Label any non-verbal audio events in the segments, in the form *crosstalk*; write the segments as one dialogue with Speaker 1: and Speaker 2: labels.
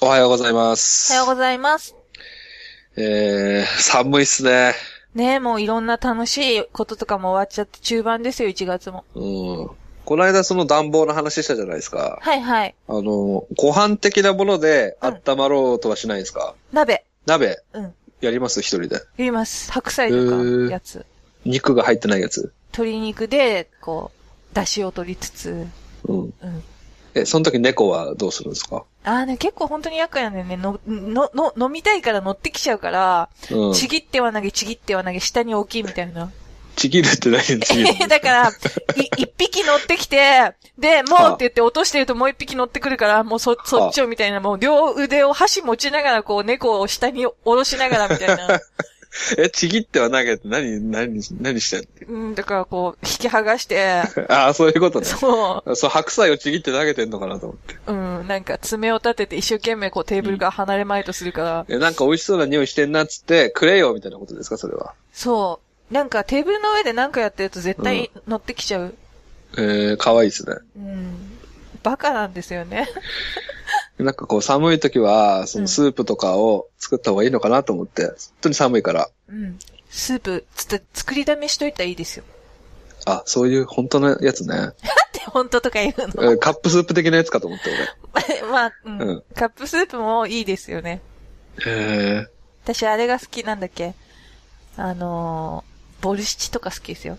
Speaker 1: おはようございま
Speaker 2: おはよう
Speaker 1: す。
Speaker 2: ございます。
Speaker 1: えー、寒いっすね。
Speaker 2: ねえ、もういろんな楽しいこととかも終わっちゃって中盤ですよ、1月も。
Speaker 1: うん。この間その暖房の話したじゃないですか。
Speaker 2: はいはい。
Speaker 1: あの、ご飯的なもので
Speaker 2: うん
Speaker 1: 温まろうとはしないんですか、
Speaker 2: 鍋。
Speaker 1: 鍋
Speaker 2: うん。
Speaker 1: やります一人で。
Speaker 2: 言います。白菜と
Speaker 1: へー
Speaker 2: か、やつ。
Speaker 1: 肉が入ってないやつ。
Speaker 2: 鶏肉で、こう、出汁を取りつつ。
Speaker 1: うん。
Speaker 2: うん。
Speaker 1: え、その時猫はどうするんですか
Speaker 2: ああ、ね、結構本当に厄介なんだよね。の、の、の、飲みたいから乗ってきちゃうから、
Speaker 1: うん。
Speaker 2: ちぎっては投げ、ちぎっては投げ、下に置きみたいな。
Speaker 1: ちぎるって何ちぎる
Speaker 2: *laughs* だから、い一匹乗ってきて、で、もうって言って落としてるともう一匹乗ってくるから、もうそ、そっちをみたいな、もう両腕を箸持ちながら、こう猫を下に下ろしながらみたい
Speaker 1: *laughs*
Speaker 2: な。
Speaker 1: え、ちぎっては投げて何、何、何してん
Speaker 2: うん、だからこう、引き剥がして、
Speaker 1: のああ、そういうことね。
Speaker 2: そ
Speaker 1: そう、白菜をちぎって投げてんのかなと思って。
Speaker 2: う、うん、なんか爪を立てて一生懸命こうテーブルから離れまいとするから、
Speaker 1: え、なんか美味しそうな匂いしてんなっつって、くれよみたいなことですかそれは。
Speaker 2: そう、なんかテーブルの上でなんかやってると絶対乗ってきちゃう。
Speaker 1: えー、かわいいですね。
Speaker 2: うん、バカなんですよね。
Speaker 1: なんかこう寒い時は、そうの
Speaker 2: ん
Speaker 1: スープとかを作った方がいいのかなと思って、本当に寒いから。
Speaker 2: うん、スープ、つって作りだめしといたらいいですよ。
Speaker 1: あ、そういう本当のやつね。
Speaker 2: って本当とか言うの
Speaker 1: えーカップスープ的なやつかと思って、
Speaker 2: *laughs* まあ、うん、
Speaker 1: うん
Speaker 2: カップスープもいいですよね。
Speaker 1: 俺。へ
Speaker 2: 私、あれが好きなんだっけあのー、ボルシチとか好きですよ。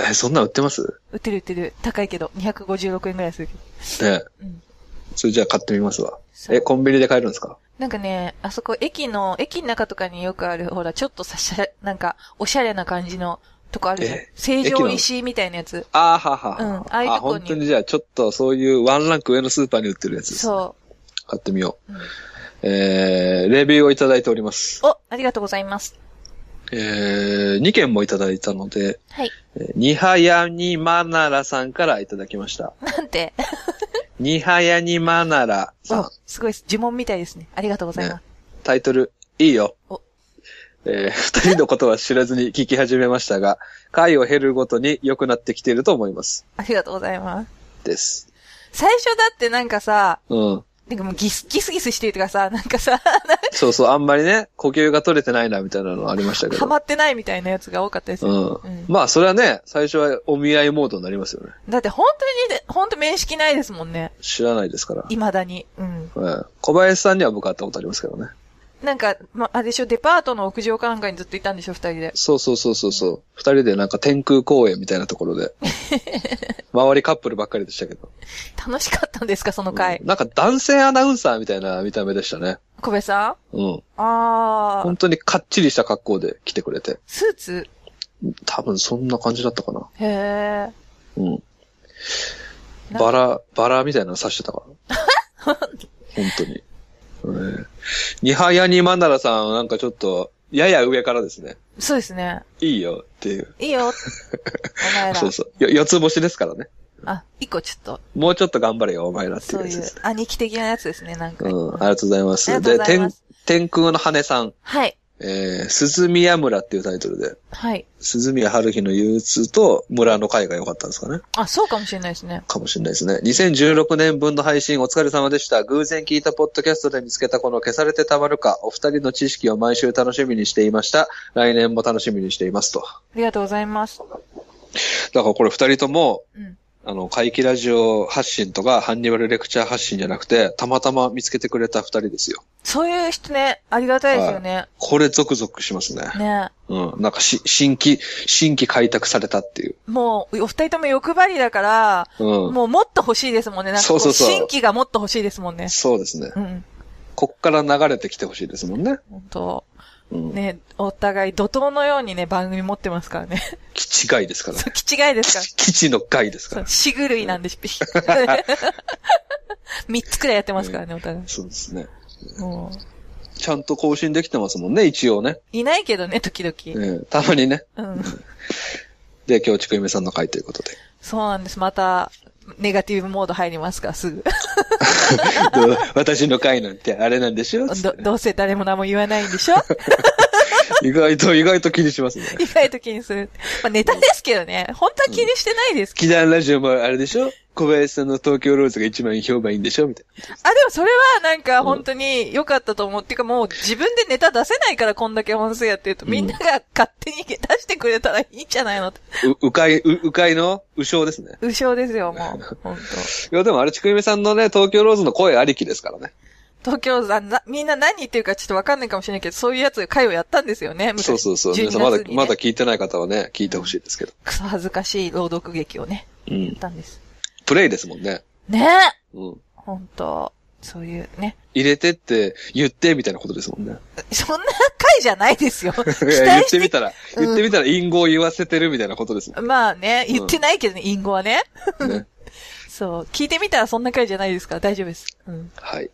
Speaker 1: えー、そんなん売ってます
Speaker 2: 売ってる売ってる。高いけど、256円ぐらいするけど。
Speaker 1: ね
Speaker 2: うん。
Speaker 1: それじゃあ買ってみますわ。
Speaker 2: そう
Speaker 1: え、コンビニで買えるんですか
Speaker 2: なんかね、あそこ、駅の、駅の中とかによくある、ほら、ちょっとさ、しゃれ、なんか、おしゃれな感じのとこあるじゃん
Speaker 1: え。
Speaker 2: 成城石井みたいなやつ。
Speaker 1: あーははは。
Speaker 2: うんああいうとこに
Speaker 1: 本当にじゃあちょっとそういうワンランク上のスーパーに売ってるやつです。
Speaker 2: そ
Speaker 1: 買ってみよ
Speaker 2: う、うん
Speaker 1: う。えー、レビューをいただいております。
Speaker 2: お、ありがとうございます。
Speaker 1: えー、2件もいただいたので、
Speaker 2: はい。
Speaker 1: えーにはやにまならさんからいただきました。
Speaker 2: なんて、 *laughs*
Speaker 1: にはやにまならさん
Speaker 2: お。すごいです、呪文みたいですね。ありがとうございます。
Speaker 1: タイトル、いいよ
Speaker 2: お。
Speaker 1: えー二人のことは知らずに聞き始めましたが、回を減るごとに良くなってきていると思います。
Speaker 2: ありがとうございます。
Speaker 1: です。
Speaker 2: 最初だってなんかさ、
Speaker 1: うん。
Speaker 2: なんかもうギス、ギスギスしてるとかさ、なんかさ、
Speaker 1: そうそう、あんまりね、呼吸が取れてないな、みたいなのありましたけ
Speaker 2: ハ
Speaker 1: ど。
Speaker 2: マってないみたいなやつが多かったです
Speaker 1: う
Speaker 2: よ。
Speaker 1: ん。
Speaker 2: うん
Speaker 1: まあ、それはね、最初はお見合いモードになりますよね。
Speaker 2: だって本当に、本当面識ないですもんね。
Speaker 1: 知らないですから。
Speaker 2: 未だに。うん。
Speaker 1: うん、小林さんには僕会ったことありますけどね。
Speaker 2: なんか、ま、あれでしょ、デパートの屋上かなんかにずっといたんでしょ、二人で。
Speaker 1: そうそうそうそうそう。二人でなんか天空公園みたいなところで。周りカップルばっかりでしたけど。
Speaker 2: 楽しかったんですか、その回。
Speaker 1: うんなんか男性アナウンサーみたいな見た目でしたね。
Speaker 2: 小部さん
Speaker 1: うん。
Speaker 2: あー
Speaker 1: 本、当にかっちりした格好で来てくれて。
Speaker 2: スーツ
Speaker 1: 多分そんな感じだったかな。
Speaker 2: へ
Speaker 1: うん。
Speaker 2: ー。なん
Speaker 1: バラ、バラみたいなの刺してたから。
Speaker 2: *laughs*
Speaker 1: 本当に。えーにはやにまならさん、なんかちょっと、やや上からですね。
Speaker 2: そうですね。
Speaker 1: いいよっていう。
Speaker 2: いいよ。お前ら
Speaker 1: そう。そう。よ四つ星ですからね。
Speaker 2: あ、一個ちょっと、
Speaker 1: もうちょっと頑張れよ、お前らってい
Speaker 2: そう
Speaker 1: うや
Speaker 2: い
Speaker 1: つで
Speaker 2: う
Speaker 1: す。、
Speaker 2: 兄貴的なやつですね、なん
Speaker 1: う
Speaker 2: か。
Speaker 1: ん、ありがとうございます。
Speaker 2: ありがとうございま
Speaker 1: 天
Speaker 2: す、
Speaker 1: 天空の羽さん、
Speaker 2: はい。
Speaker 1: えー、鈴宮村っていうタイトルで、
Speaker 2: はい。
Speaker 1: 鈴宮春日の憂鬱と村の会が良かったんですかね。
Speaker 2: あ、そうかもしれないですね。
Speaker 1: かもしれないですね。2016年分の配信お疲れ様でした。偶然聞いたポッドキャストで見つけたこの消されてたまるか、お二人の知識を毎週楽しみにしていました。来年も楽しみにしていますと。
Speaker 2: ありがとうございます。
Speaker 1: だからこれ二人とも、
Speaker 2: うん。
Speaker 1: あの、怪奇ラジオ発信とか、ハンニバルレクチャー発信じゃなくて、たまたま見つけてくれた二人ですよ。
Speaker 2: そういう人ね、ありがたいですよね。
Speaker 1: これゾクゾクしますね。
Speaker 2: ね
Speaker 1: うん。なんかし、新規、新規開拓されたっていう。
Speaker 2: もう、お二人とも欲張りだから、
Speaker 1: うん。
Speaker 2: もうもっと欲しいですもんね。なんかこ
Speaker 1: そうそうそう
Speaker 2: 新規がもっと欲しいですもんね。
Speaker 1: そうですね。
Speaker 2: うん。
Speaker 1: こっから流れてきてほしいですもんね。
Speaker 2: 本当
Speaker 1: うん。
Speaker 2: ね、お互い怒涛のようにね、番組持ってますからね。
Speaker 1: 基地外ですから。
Speaker 2: *laughs* そう、気違いですから。
Speaker 1: 基地の外ですか
Speaker 2: そう
Speaker 1: ら。
Speaker 2: しぐるいなんで、し *laughs* 三つくらいやってますからね、お互い。
Speaker 1: そうですね。
Speaker 2: もう、
Speaker 1: ちゃんと更新できてますもんね、一応ね。
Speaker 2: いないけどね、時々。
Speaker 1: ええたまにね。
Speaker 2: うん。
Speaker 1: で、今日、ちくゆめさんの回ということで。
Speaker 2: そうなんです。また、ネガティブモード入りますから、
Speaker 1: *laughs*
Speaker 2: すぐ。
Speaker 1: で私の回なんてあれなんでしょつって
Speaker 2: ど、どうせ誰も何も言わないんでしょ
Speaker 1: 意外と、意外と気にしますね。
Speaker 2: 意外と気にする。まあネタですけどね。本当は気にしてないですけ
Speaker 1: 祈願ラジオもあれでしょ小林さんの東京ローズが一番評判いいんでしょみたいな。
Speaker 2: ど。あ、でもそれはなんか本当に良かったと思う。っていうかもう自分でネタ出せないからこんだけ本数やってると、
Speaker 1: うん
Speaker 2: みんなが勝手に出してくれたらいいんじゃないのって。
Speaker 1: う、うかい、う、うかいの、うしょうですね。
Speaker 2: うしょうですよ、もう。本
Speaker 1: いや、でもあれ、ちくゆめさんのね、東京ローズの声ありきですからね。
Speaker 2: 当。東京さん、なみんな何言ってるかちょっとわかんないかもしれないけど、そういうやつ、会をやったんですよね、昔
Speaker 1: そうそうそう。
Speaker 2: 12
Speaker 1: 皆
Speaker 2: 月
Speaker 1: さん
Speaker 2: に
Speaker 1: まだ
Speaker 2: ね、
Speaker 1: まだ聞いてない方はね、聞いてほしいですけど。
Speaker 2: クソ恥ずかしい朗読劇をね、
Speaker 1: う
Speaker 2: やっ
Speaker 1: ん。
Speaker 2: たんです。
Speaker 1: プレイですもんね。
Speaker 2: ねえ
Speaker 1: うん。
Speaker 2: 本当そういうね。
Speaker 1: 入れてって、言って、みたいなことですもんね。
Speaker 2: そんな回じゃないですよ。期
Speaker 1: *laughs*
Speaker 2: 待
Speaker 1: いや言っ
Speaker 2: して
Speaker 1: てみたら、
Speaker 2: うん
Speaker 1: 言ってみたら、隠語を言わせてるみたいなことですも
Speaker 2: まあね、言ってないけどね、隠語はね。
Speaker 1: んね。
Speaker 2: そう。聞いてみたらそんな回じゃないですから大丈夫です。うん。
Speaker 1: はい。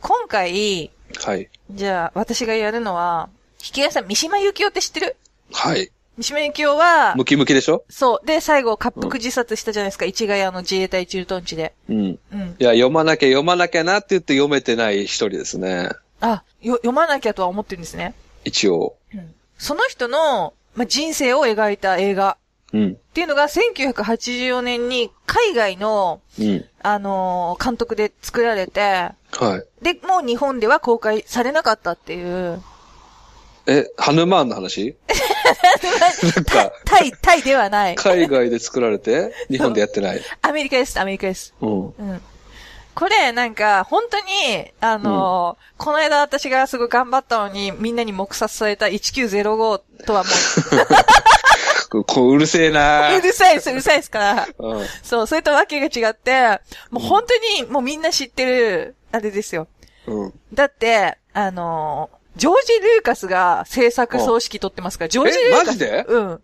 Speaker 2: 今回、
Speaker 1: はい。
Speaker 2: じゃあ、私がやるのは、引き金さん、三島由紀夫って知ってる
Speaker 1: はい。
Speaker 2: 三島由紀夫は、
Speaker 1: ムキムキでしょ
Speaker 2: そう。で、最後、滑腹自殺したじゃないですか。市ヶ谷の自衛隊駐屯地で。
Speaker 1: うん。
Speaker 2: うん。
Speaker 1: いや、読まなきゃ読まなきゃなって言って読めてない一人ですね。
Speaker 2: あ、よ、読まなきゃとは思ってるんですね。
Speaker 1: 一応。
Speaker 2: うん。その人の、まあ、人生を描いた映画。
Speaker 1: うん。
Speaker 2: っていうのが、1984年に海外の、
Speaker 1: うん。
Speaker 2: あのー監督で作られて、
Speaker 1: はい。
Speaker 2: で、もう日本では公開されなかったっていう。
Speaker 1: え、ハヌマーンの話なん
Speaker 2: *laughs* タイ
Speaker 1: か、、
Speaker 2: タイ、タイではない。
Speaker 1: 海外で作られて、日本でやってない。
Speaker 2: アメリカです、アメリカです。
Speaker 1: うん。
Speaker 2: うん。これ、なんか、本当に、あのーこの間私がすごい頑張ったのに、みんなに黙殺された1905とはも
Speaker 1: ここう、うるせえな
Speaker 2: う、うるさいです、うるさいですから。
Speaker 1: うん。
Speaker 2: そう、それとわけが違って、もう本当に、もうみんな知ってる、あれですよ。
Speaker 1: うん。
Speaker 2: だって、あのージョージ・ルーカスが制作総指揮取ってますから、ジョージ・ルーカ
Speaker 1: え
Speaker 2: ス。
Speaker 1: マジで
Speaker 2: うん。
Speaker 1: は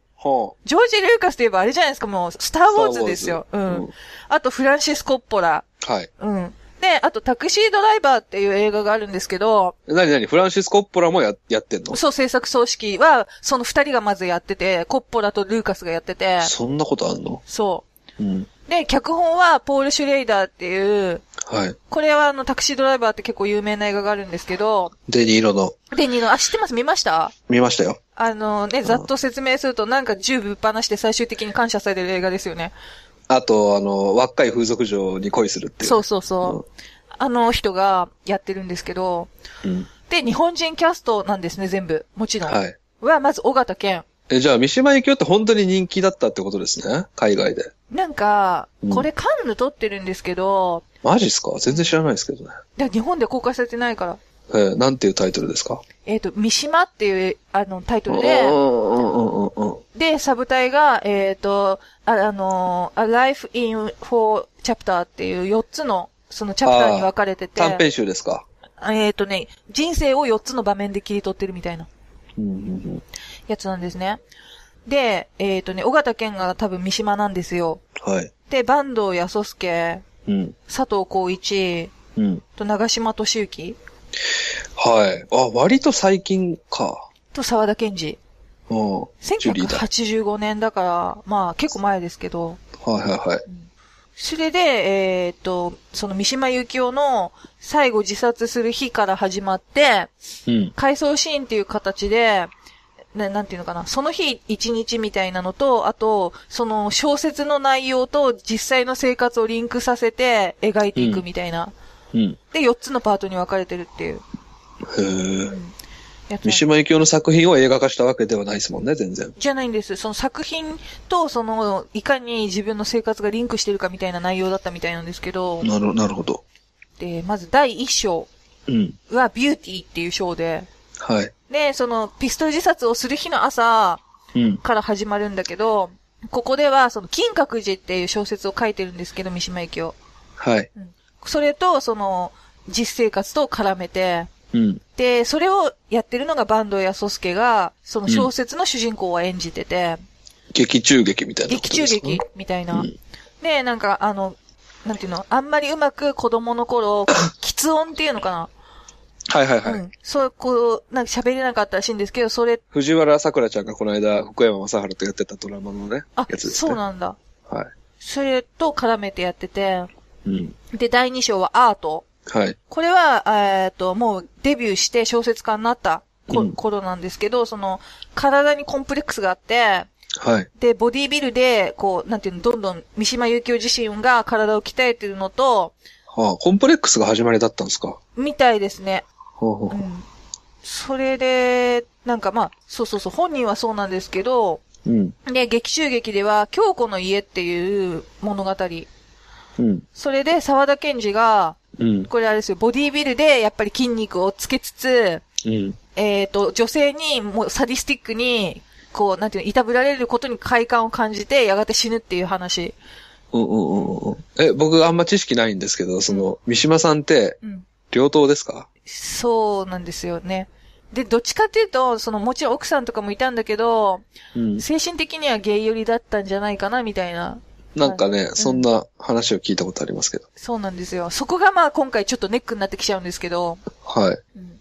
Speaker 2: ジョージ・ルーカスといえばあれじゃないですか、もう、スター・
Speaker 1: あ。
Speaker 2: ウォーズですよ。
Speaker 1: ス
Speaker 2: う
Speaker 1: ターウォーズ
Speaker 2: ん。。あと、フランシス・コッポラ。
Speaker 1: はい。
Speaker 2: うん。で、あと、タクシードライバーっていう映画があるんですけど、
Speaker 1: なになにフランシス・コッポラもや、やってんの
Speaker 2: そう、制作総指揮は、その二人がまずやってて、コッポラとルーカスがやってて、
Speaker 1: そんなことあんの
Speaker 2: そ
Speaker 1: うん。
Speaker 2: う。で、脚本は、ポール・シュレイダーっていう、
Speaker 1: はい。
Speaker 2: これはあの、タクシードライバーって結構有名な映画があるんですけど、
Speaker 1: デニーロの、
Speaker 2: で、ニの、あ、知ってます見ました
Speaker 1: 見ましたよ。
Speaker 2: あのね、ざっと説明すると、なんか銃ぶっ放して最終的に感謝される映画ですよね。
Speaker 1: あと、あの、若い風俗嬢に恋するっていう。
Speaker 2: そうそうそう。あの人がやってるんですけど、
Speaker 1: うん。
Speaker 2: で、日本人キャストなんですね、全部。もちろん。は
Speaker 1: はい。
Speaker 2: まず、尾形健。
Speaker 1: え、じゃあ、三島由紀夫って本当に人気だったってことですね海外で。
Speaker 2: なんか
Speaker 1: う、ん
Speaker 2: これカンヌ撮ってるんですけど、
Speaker 1: マジっすか全然知らないですけどね。
Speaker 2: いや日本で公開されてないから。
Speaker 1: えーなんていうタイトルですか
Speaker 2: えっ、と、三島っていう、あの、タイト
Speaker 1: うん
Speaker 2: ル
Speaker 1: うん
Speaker 2: で、
Speaker 1: うんうんうん。
Speaker 2: で、サブタイが、えっ、と、あ、あのー、A Life in Four Chapter っていう4つの、そのチャプターに分かれてて、
Speaker 1: 短編集ですか
Speaker 2: えっ、とね、人生を4つの場面で切り取ってるみたいな
Speaker 1: うんうん
Speaker 2: やつなんですね。で、えっ、とね、尾形健が多分三島なんですよ。
Speaker 1: うん。はい。
Speaker 2: で、坂東康介、
Speaker 1: うん。
Speaker 2: 佐藤浩一
Speaker 1: うん。
Speaker 2: と長島敏之
Speaker 1: はい。あ、割と最近か。
Speaker 2: と沢田研二。
Speaker 1: うん。ジュリーだ。
Speaker 2: 1985年だから、まあ結構前ですけど。
Speaker 1: はいはいはい。
Speaker 2: それで、えーっと、その三島由紀夫の最後自殺する日から始まって、
Speaker 1: うん。
Speaker 2: 回想シーンっていう形で、ななんていうのかな、その日一日みたいなのと、あと、その小説の内容と実際の生活をリンクさせて描いていくみたいな。
Speaker 1: うん。
Speaker 2: で、4つのパートに分かれてるっていう
Speaker 1: へえ。
Speaker 2: やつな
Speaker 1: 三
Speaker 2: んです
Speaker 1: 島由紀夫の作品を映画化したわけではないですもんね、全然。
Speaker 2: じゃないんです。その作品と、その、いかに自分の生活がリンクしてるかみたいな内容だったみたいなんですけど、
Speaker 1: なる、なるほど。
Speaker 2: で、まず第1章
Speaker 1: うん。
Speaker 2: はビューティーっていう章で、
Speaker 1: はい。
Speaker 2: で、その、ピストル自殺をする日の朝
Speaker 1: うん。
Speaker 2: から始まるんだけど、ここでは、その、金閣寺っていう小説を書いてるんですけど、三島由紀夫。
Speaker 1: はい。
Speaker 2: それと、その、実生活と絡めて、
Speaker 1: うん。
Speaker 2: で、それをやってるのが坂東康介が、その小説の主人公を演じてて、
Speaker 1: 劇中劇みたいなこと
Speaker 2: 劇中
Speaker 1: ですか。
Speaker 2: 劇みたいな。
Speaker 1: うん
Speaker 2: で、なんか、あの、なんていうの、あんまりうまく子供
Speaker 1: *coughs*
Speaker 2: の頃、喫音っていうのか
Speaker 1: はいはい
Speaker 2: な、
Speaker 1: はい。
Speaker 2: うん。そう、こう、なんか喋れなかったらしいんですけど、それ、
Speaker 1: 藤原さくらちゃんがこの間、福山雅治とやってたドラマのね、
Speaker 2: あ、
Speaker 1: やつですね。
Speaker 2: そうなんだ。
Speaker 1: は
Speaker 2: それと絡めてやってて、
Speaker 1: い。うん。
Speaker 2: で、第2章はアート。
Speaker 1: はい。
Speaker 2: これは、えっと、もうデビューして小説家になったこ
Speaker 1: うん
Speaker 2: 頃なんですけど、その、体にコンプレックスがあって、
Speaker 1: はい。
Speaker 2: で、ボディービルで、こう、なんていうの、どんどん三島由紀夫自身が体を鍛えてるのと、
Speaker 1: はあ、コンプレックスが始まりだったんですか。は
Speaker 2: みたいですね。
Speaker 1: あは
Speaker 2: う
Speaker 1: あ
Speaker 2: ん。それで、なんかまあ、そうそうそう、本人はそうなんですけど、
Speaker 1: うん。
Speaker 2: で、劇中劇では、京子の家っていう物語。
Speaker 1: うん。
Speaker 2: それで、沢田賢治が、
Speaker 1: うん。
Speaker 2: これあれですよ、ボディービルでやっぱり筋肉をつけつつ、
Speaker 1: うん。
Speaker 2: えっ、と、女性に、もうサディスティックに、こう、なんていうの、いたぶられることに快感を感じて、やがて死ぬっていう話。
Speaker 1: うんうんうんうんうん。え、僕あんま知識ないんですけど、その、三島さんって、
Speaker 2: うん。
Speaker 1: 両党ですか
Speaker 2: そうなんですよね。で、どっちかっていうと、その、もちろん奥さんとかもいたんだけど、
Speaker 1: うん。
Speaker 2: 精神的にはゲイ寄りだったんじゃないかな、みたいな。
Speaker 1: なんかね、そんな話を聞いたことありますけど。
Speaker 2: そうなんですよ。そこがまあ今回ちょっとネックになってきちゃうんですけど。
Speaker 1: はい。
Speaker 2: うん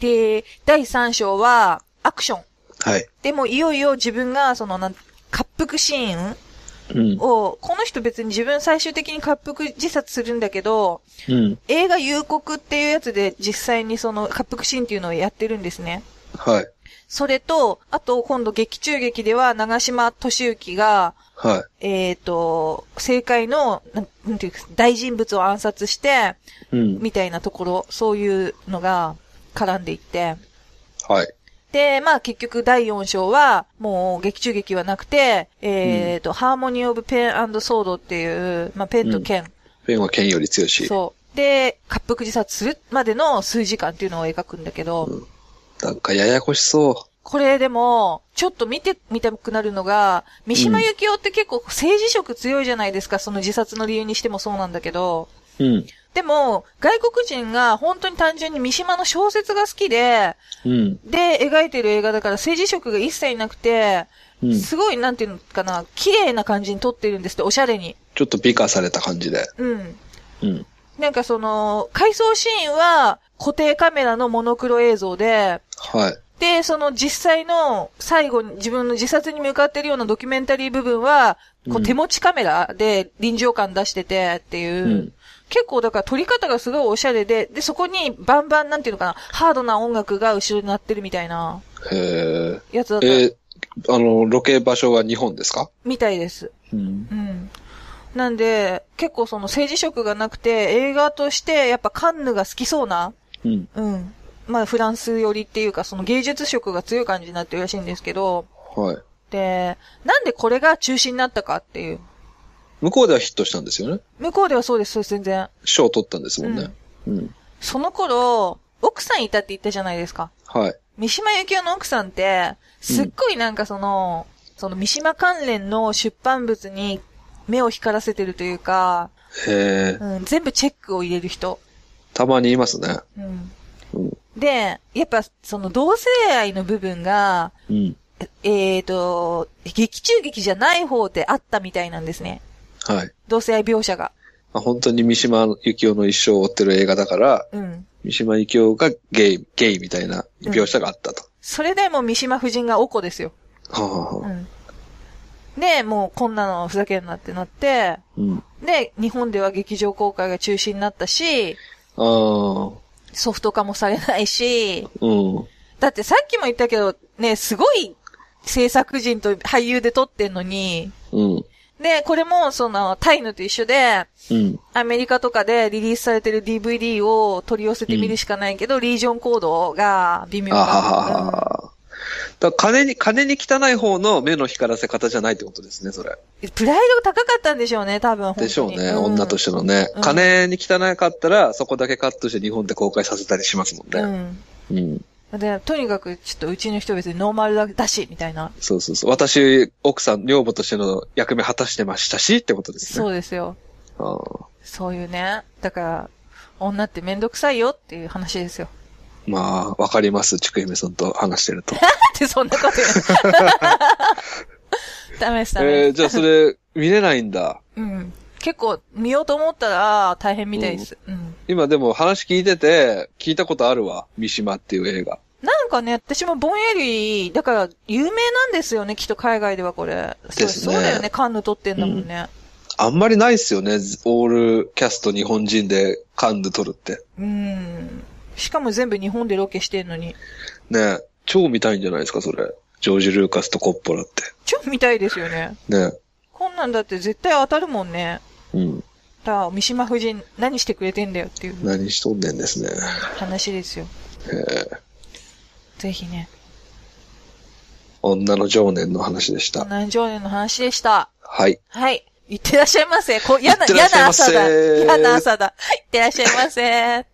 Speaker 2: で、第3章は、アクション。
Speaker 1: はい。
Speaker 2: でもいよいよ自分が、その、なん、滑腹シーン
Speaker 1: うん。
Speaker 2: を、この人別に自分最終的に滑腹自殺するんだけど、
Speaker 1: うん。
Speaker 2: 映画夕刻っていうやつで実際にその滑腹シーンっていうのをやってるんですね。
Speaker 1: はい。
Speaker 2: それと、あと今度劇中劇では長島敏之が、
Speaker 1: は
Speaker 2: えっ、と、政界の、なんなんていうか、大人物を暗殺して、
Speaker 1: い。うん。
Speaker 2: みたいなところ、そういうのが絡んでいって。
Speaker 1: はい。
Speaker 2: で、まあ結局第4章は、もう劇中劇はなくて、えっ、と、ハーモニー・オブ・ペンソードっていう、まあペンと剣、
Speaker 1: ペンは剣より強し。
Speaker 2: そう。で、滑腹自殺するまでの数時間っていうのを描くんだけど、
Speaker 1: うんなんかややこしそ
Speaker 2: これでも、ちょっと見てみたくなるのが、三島由紀夫って結構政治色強いじゃないですか、その自殺の理由にしてもそうなんだけど、
Speaker 1: う。うん。
Speaker 2: でも、外国人が本当に単純に三島の小説が好きで、
Speaker 1: うん。
Speaker 2: で、描いてる映画だから政治色が一切なくて、
Speaker 1: うん。ち
Speaker 2: すごい、なんていうのかな、綺麗な感じに撮ってるんですって、おしゃれに。
Speaker 1: ょっと美化された感じで。
Speaker 2: うん。
Speaker 1: うん。
Speaker 2: なんかその、回想シーンは固定カメラのモノクロ映像で、
Speaker 1: はい。
Speaker 2: で、その実際の最後に自分の自殺に向かってるようなドキュメンタリー部分は、こ
Speaker 1: う
Speaker 2: うん手持ちカメラで臨場感出しててっていう、
Speaker 1: うん
Speaker 2: 結構だから撮り方がすごいおしゃれで、で、そこにバンバンなんていうのかな、ハードな音楽が後ろになってるみたいな
Speaker 1: へえ。
Speaker 2: やつだった、
Speaker 1: えー、あの、ロケ場所は日本ですか
Speaker 2: みたいです。
Speaker 1: うん。
Speaker 2: うん。なんで、結構その政治色がなくて、映画としてやっぱカンヌが好きそうな、
Speaker 1: うん。
Speaker 2: うん。まあフランス寄りっていうか、その芸術色が強い感じになってるらしいんですけど、
Speaker 1: はい。
Speaker 2: で、なんでこれが中止になったかっていう。
Speaker 1: 向こうではヒットしたんですよね。
Speaker 2: 向こうではそうです、そうです、全然。
Speaker 1: 賞を取ったんですもんね。うん。
Speaker 2: その頃、奥さんいたって言ったじゃないですか。
Speaker 1: はい。
Speaker 2: 三島由紀夫の奥さんって、すっごいなんかその、その三島関連の出版物に目を光らせてるというか、
Speaker 1: へえ。
Speaker 2: うん、全部チェックを入れる人。
Speaker 1: たまに言いますね。
Speaker 2: うん。
Speaker 1: うん。
Speaker 2: で、やっぱその同性愛の部分が、
Speaker 1: うん。
Speaker 2: えっ、と、劇中劇じゃない方であったみたいなんですね。
Speaker 1: はい。
Speaker 2: 同性愛描写が。
Speaker 1: まあ、本当に三島由紀夫の一生を追ってる映画だから、
Speaker 2: うん。
Speaker 1: 三島由紀夫がゲイ、ゲイみたいな描写があったと。
Speaker 2: それでもう三島夫人がおこですよ。
Speaker 1: はあはあ
Speaker 2: う
Speaker 1: はあ
Speaker 2: ん。で、もうこんなのふざけんなってなって、
Speaker 1: うん。
Speaker 2: で、日本では劇場公開が中止になったし、
Speaker 1: ああ。
Speaker 2: ソフト化もされないし、
Speaker 1: うん。
Speaker 2: だってさっきも言ったけど、ね、すごい制作人と俳優で撮ってんのに、
Speaker 1: うん。
Speaker 2: で、これもそのタイのと一緒で、
Speaker 1: うん。
Speaker 2: アメリカとかでリリースされてる DVD を取り寄せてみるしかないけど、リージョンコードが微妙
Speaker 1: あははは
Speaker 2: だ。
Speaker 1: は。だから金に、金に汚い方の目の光らせ方じゃないってことですね、それ。
Speaker 2: うんプライドが高かったんでしょうね、多分。本当に
Speaker 1: でしょうね、女としてのね。
Speaker 2: うん
Speaker 1: 金に汚かったら、そこだけカットして日本で公開させたりしますもん
Speaker 2: う
Speaker 1: ね。
Speaker 2: ん。
Speaker 1: うん。
Speaker 2: で、とにかく、ちょっとうちの人別にノーマルだし、みたいな。
Speaker 1: そうそうそう。私、奥さん、女房としての役目果たしてましたし、ってことですね。
Speaker 2: そうですよ。
Speaker 1: そう。
Speaker 2: そういうね。だから、女ってめんどくさいよっていう話ですよ。 *laughs*
Speaker 1: まあ、わかります。ちくひめさんと話してると。
Speaker 2: なんでそんなこと言うの *laughs* ダメです、ダメ
Speaker 1: え
Speaker 2: で
Speaker 1: ー、じゃあそれ、見れないんだ。
Speaker 2: す。うん。結構、見ようと思ったら大変みたいです。うん。
Speaker 1: 今でも話聞いてて、聞いたことあるわ。三島っていう映画。
Speaker 2: なんかね、私もぼんやり、だから、有名なんですよね、きっと海外ではこれ。そう
Speaker 1: です
Speaker 2: そ
Speaker 1: ね
Speaker 2: うだよね、カンヌ撮ってんだもんね。
Speaker 1: あんまりないっすよね。オールキャスト日本人でカンヌ撮るって。
Speaker 2: うん。しかも全部日本でロケしてんのに。
Speaker 1: ねえ、超見たいんじゃないですか、それ。ジョージ・ルーカスとコッポラって。
Speaker 2: 超見たいですよね。
Speaker 1: ね
Speaker 2: こんなんだって絶対当たるもんね。
Speaker 1: え。うん。
Speaker 2: だから、三島夫人何してくれてんだよっていう
Speaker 1: 何しとんねんですね。
Speaker 2: 話ですよ。ぜひね。
Speaker 1: 女の情念の話でした。
Speaker 2: 何少年の話でした。
Speaker 1: はい。
Speaker 2: はい。いってらっしゃいませ。こう嫌
Speaker 1: いっ
Speaker 2: な、
Speaker 1: てら
Speaker 2: 嫌
Speaker 1: っしゃい
Speaker 2: な
Speaker 1: ませ
Speaker 2: 朝だ。嫌な朝だ。いってらっしゃいませ。